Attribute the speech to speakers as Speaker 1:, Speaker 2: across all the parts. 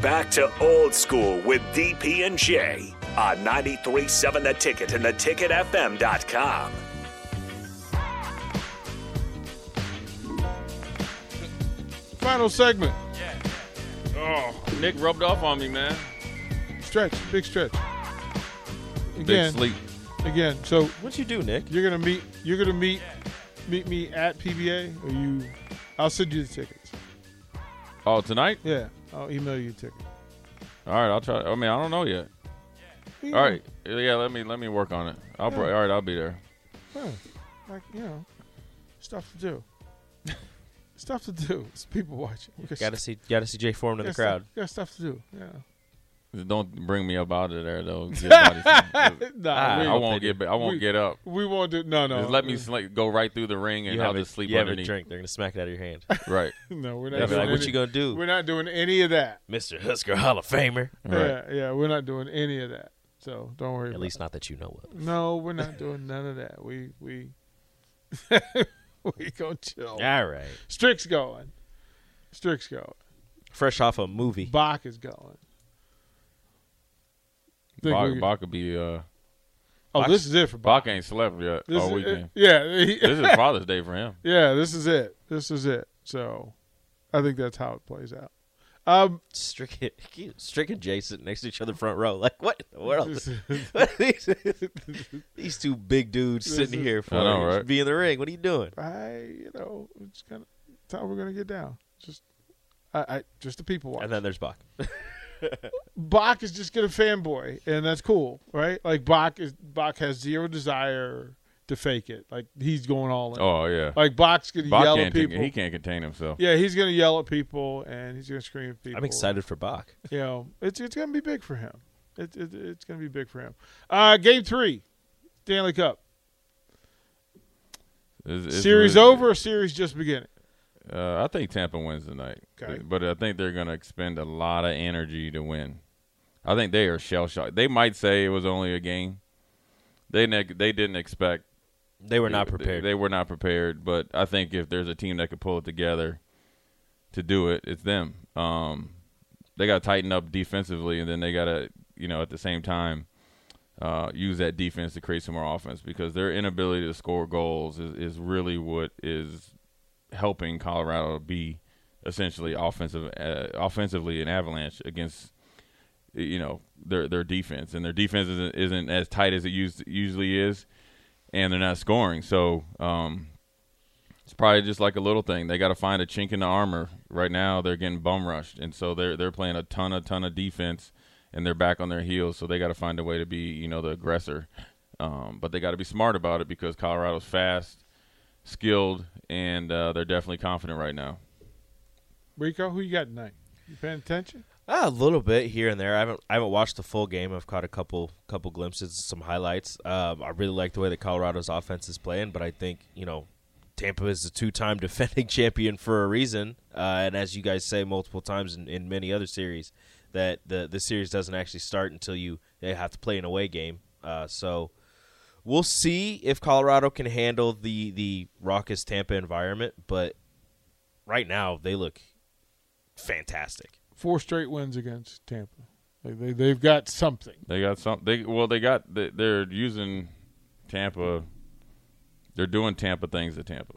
Speaker 1: Back to old school with DP and J on 93.7 The Ticket and theticketfm.com.
Speaker 2: Final segment.
Speaker 3: Oh, Nick rubbed off on me, man.
Speaker 2: Stretch. Big stretch.
Speaker 3: Big
Speaker 2: Again.
Speaker 3: sleep.
Speaker 2: Again. So
Speaker 4: What you do, Nick?
Speaker 2: you're gonna meet. You're gonna meet. Meet me at PBA. Or you. I'll send you the tickets.
Speaker 3: Oh, tonight?
Speaker 2: Yeah. I'll email you the ticket.
Speaker 3: All right, I'll try. I mean, I don't know yet. All right, yeah. Let me let me work on it. I'll pro- all right. I'll be there.
Speaker 2: Huh. Like you know, stuff to do. stuff to do. It's people watching. We
Speaker 4: Got to see, got to see Jay Foreman in the
Speaker 2: got stuff-
Speaker 4: crowd.
Speaker 2: Got stuff to do.
Speaker 3: Ah,
Speaker 2: Yeah.
Speaker 3: Don't bring me up out of there though. Get body-
Speaker 2: Nah,
Speaker 4: Ah,
Speaker 2: we,
Speaker 3: I won't get. ba- I won't
Speaker 2: we-
Speaker 3: get up.
Speaker 2: we won't do. No, no.
Speaker 3: Just let me sl- go right through the ring and
Speaker 4: You
Speaker 3: I'll
Speaker 4: have, a,
Speaker 3: just sleep
Speaker 4: you have a
Speaker 3: underneath.
Speaker 4: drink. They're gonna smack it out of your hand.
Speaker 3: Right.
Speaker 2: No, we're not.
Speaker 3: Yeah, but
Speaker 4: They're
Speaker 2: Doing
Speaker 4: like,
Speaker 3: Absolutely.
Speaker 4: what you
Speaker 2: any,
Speaker 4: gonna do,
Speaker 2: we're not doing any of that.
Speaker 4: Mister Husker Hall of Famer?
Speaker 3: Right.
Speaker 2: Yeah, yeah. We're not doing any of that. So don't worry.
Speaker 4: At
Speaker 2: about
Speaker 4: least not that you know of.
Speaker 2: It. No, we're not doing none of that. We we we gonna chill.
Speaker 4: All right.
Speaker 2: Strick's going. Strick's going.
Speaker 4: Fresh off a movie.
Speaker 2: Bach is going. Think
Speaker 3: Bach,
Speaker 2: we-
Speaker 3: Bach could be. Uh,
Speaker 2: oh,
Speaker 4: Bach-
Speaker 2: this is it for Bach.
Speaker 3: Bach ain't slept yet
Speaker 2: This
Speaker 3: all
Speaker 2: is,
Speaker 3: weekend.
Speaker 2: yeah, he-
Speaker 3: Oh, this is Father's Day for him.
Speaker 2: yeah. This is it. This is it. So, I think that's how it plays out. Um,
Speaker 4: Strick, and- Strick and Jay sitting next to each other front row. Like what in the world?
Speaker 2: this is-
Speaker 4: What are these, these two big dudes sitting
Speaker 2: is-
Speaker 4: here for
Speaker 3: I know, right?
Speaker 4: be in the ring. What are you doing?
Speaker 2: I, you know, it's kind of it's how we're gonna get down. Just, I, I just the people watch.
Speaker 4: And then there's Bach.
Speaker 2: Bach is just gonna fanboy, and that's cool, right? Like Bach is Bach has zero desire to fake it. Like he's going all in.
Speaker 3: Oh yeah.
Speaker 2: Like Bach's gonna
Speaker 3: Bach
Speaker 2: yell
Speaker 3: can't.
Speaker 2: at
Speaker 3: take-
Speaker 2: people.
Speaker 3: he can't contain himself.
Speaker 2: Yeah, he's gonna yell at people, and he's gonna scream at people.
Speaker 4: I'm excited for Bach.
Speaker 2: You know, it's it's gonna be big for him. It, it it's gonna be big for him. Uh, game three, Stanley Cup
Speaker 3: It's- it's
Speaker 2: series
Speaker 3: really-
Speaker 2: over, or series just beginning.
Speaker 3: Uh, I think Tampa wins tonight,
Speaker 2: Okay.
Speaker 3: but, but I think they're going to expend a lot of energy to win. I think they are shell shocked. They might say it was only a game. They ne- they didn't expect.
Speaker 4: They were not
Speaker 3: they-
Speaker 4: prepared.
Speaker 3: They, were not prepared. But I think if there's a team that could pull it together to do it, it's them. Um, they got to tighten up defensively, and then they got to you know at the same time uh, use that defense to create some more offense because their inability to score goals is, is really what is helping Colorado be essentially offensive uh, offensively an avalanche against you know their their defense and their defense isn't, isn't as tight as it used, usually is and they're not scoring so um it's probably just like a little thing they got to find a chink in the armor right now they're getting bum rushed and so they're they're playing a ton a ton of defense and they're back on their heels so they got to find a way to be you know the aggressor um, but they got to be smart about it because Colorado's fast skilled and uh, they're definitely confident right now
Speaker 2: Rico, who you got tonight? You paying attention?
Speaker 4: Ah, a little bit here and there. I haven't I haven't watched the full game. I've caught a couple couple glimpses, some highlights. Um, I really like the way that Colorado's offense is playing, but I think you know Tampa is a two time defending champion for a reason. Uh, and as you guys say multiple times in, in many other series, that the the series doesn't actually start until you they have to play an away game. Uh, so we'll see if Colorado can handle the the raucous Tampa environment, but right now they look fantastic.
Speaker 2: Four straight wins against Tampa. They, they they've got something.
Speaker 3: They got some. They well, they got. They, they're using Tampa. They're doing Tampa things to Tampa.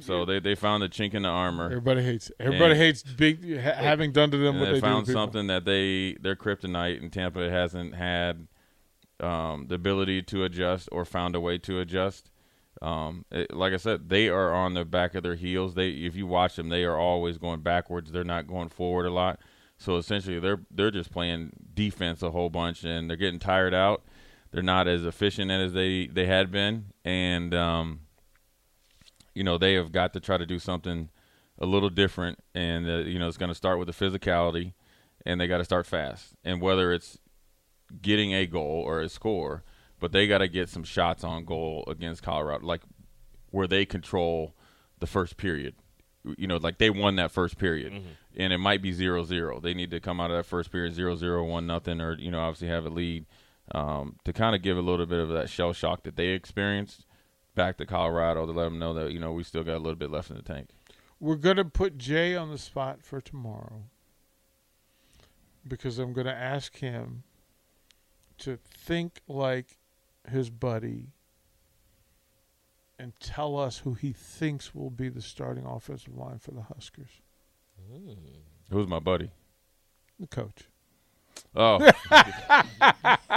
Speaker 3: So they they found a chink in the armor.
Speaker 2: Everybody hates. Everybody
Speaker 3: And-
Speaker 2: hates big ha- having done to them
Speaker 3: And
Speaker 2: what
Speaker 3: they,
Speaker 2: they, do to
Speaker 3: found
Speaker 2: people.
Speaker 3: something that they they're kryptonite, and Tampa hasn't had um, the ability to adjust or found a way to adjust. Um, it- like I said, they are on the back of their heels. They if you watch them, they are always going backwards. They're not going forward a lot. So essentially, they're they're just playing defense a whole bunch, and they're getting tired out. They're not as efficient as they they had been, and um, you know they have got to try to do something a little different. And uh, you know it's going to start with the physicality, and they got to start fast. And whether it's getting a goal or a score, but they got to get some shots on goal against Colorado, like where they control the first period. You know, like they won that first period,
Speaker 2: Mm-hmm.
Speaker 3: and it might be zero zero. They need to come out of that first period zero zero one nothing, or you know, obviously have a lead um, to kind of give a little bit of that shell shock that they experienced back to Colorado to let them know that you know we still got a little bit left in the tank.
Speaker 2: We're gonna put Jay on the spot for tomorrow. because I'm going to ask him to think like his buddy and tell us who he thinks will be the starting offensive line for the Huskers.
Speaker 3: Who's my buddy?
Speaker 2: The coach.
Speaker 3: Oh,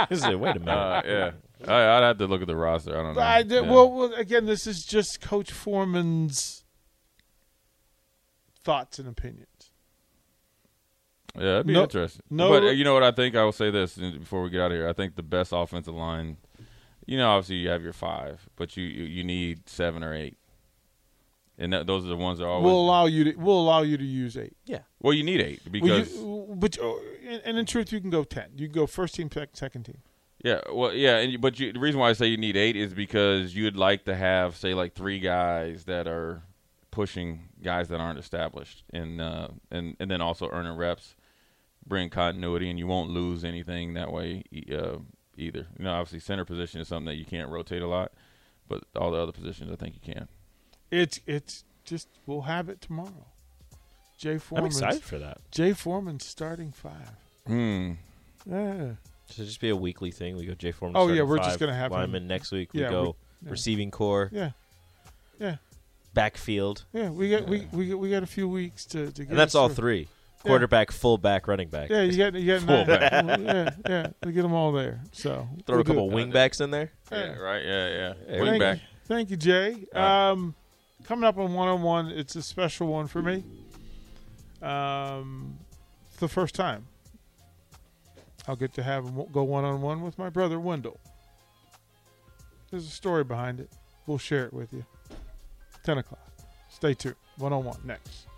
Speaker 4: This is it. Wait a minute.
Speaker 3: uh, yeah. I, I'd have to look at the roster. I don't know.
Speaker 2: I did,
Speaker 3: Yeah.
Speaker 2: well, well, again, this is just Coach Foreman's thoughts and opinions.
Speaker 3: Yeah, that'd be
Speaker 2: No-
Speaker 3: interesting.
Speaker 2: no-
Speaker 3: but uh, you know what? I think I will say this uh, before we get out of here. I think the best offensive line. You know, obviously you have your five, but you you, you need seven or eight, and that, those are the ones that are always.
Speaker 2: We'll
Speaker 3: Well,
Speaker 2: allow you to. We'll allow you to use eight.
Speaker 3: you need eight
Speaker 2: Well, you-
Speaker 3: because
Speaker 2: but you- and in truth, you can go ten. You can go first team, sec- second team.
Speaker 3: yeah, well, yeah, and you, but you, the reason why I say you need eight is because you'd like to have say like three guys that are pushing guys that aren't established, and uh, and and then also earning reps, bring continuity, and you won't lose anything that way e- uh, either. You know, obviously center position is something that you can't rotate a lot, but all the other positions I think you can.
Speaker 2: It's it's just we'll have it tomorrow. Jay
Speaker 4: I'm
Speaker 2: Foreman's
Speaker 4: excited for that.
Speaker 2: Jay Foreman's starting five.
Speaker 3: Hmm.
Speaker 2: Yeah.
Speaker 4: Should it just be a weekly thing? We go Jay Foreman.
Speaker 2: Oh, yeah,
Speaker 4: starting
Speaker 2: we're just
Speaker 4: five,
Speaker 2: gonna have him-
Speaker 4: lineman next week. We
Speaker 2: Yeah,
Speaker 4: go
Speaker 2: we- yeah.
Speaker 4: receiving core,
Speaker 2: Yeah.
Speaker 4: backfield,
Speaker 2: Yeah, we got we we got, we got a few weeks to, to get
Speaker 4: and that's
Speaker 2: us
Speaker 4: all
Speaker 2: through.
Speaker 4: three: quarterback, fullback, running back.
Speaker 2: Yeah, you got you got nine. yeah, yeah, to get them all there. So
Speaker 4: Throw
Speaker 2: we'll
Speaker 4: a couple
Speaker 2: do it.
Speaker 4: wingbacks in there.
Speaker 3: Yeah. Right. Yeah. Yeah. Wing
Speaker 4: Hey,
Speaker 2: Hmm. Thank
Speaker 3: back.
Speaker 2: You. Thank you, Jay.
Speaker 3: All
Speaker 2: Um, coming up on one on one, it's a special one for me. Um, it's the first time I'll get to have him go one on one with my brother Wendell. There's a story behind it. We'll share it with you. Ten o'clock. Stay tuned. One on one next.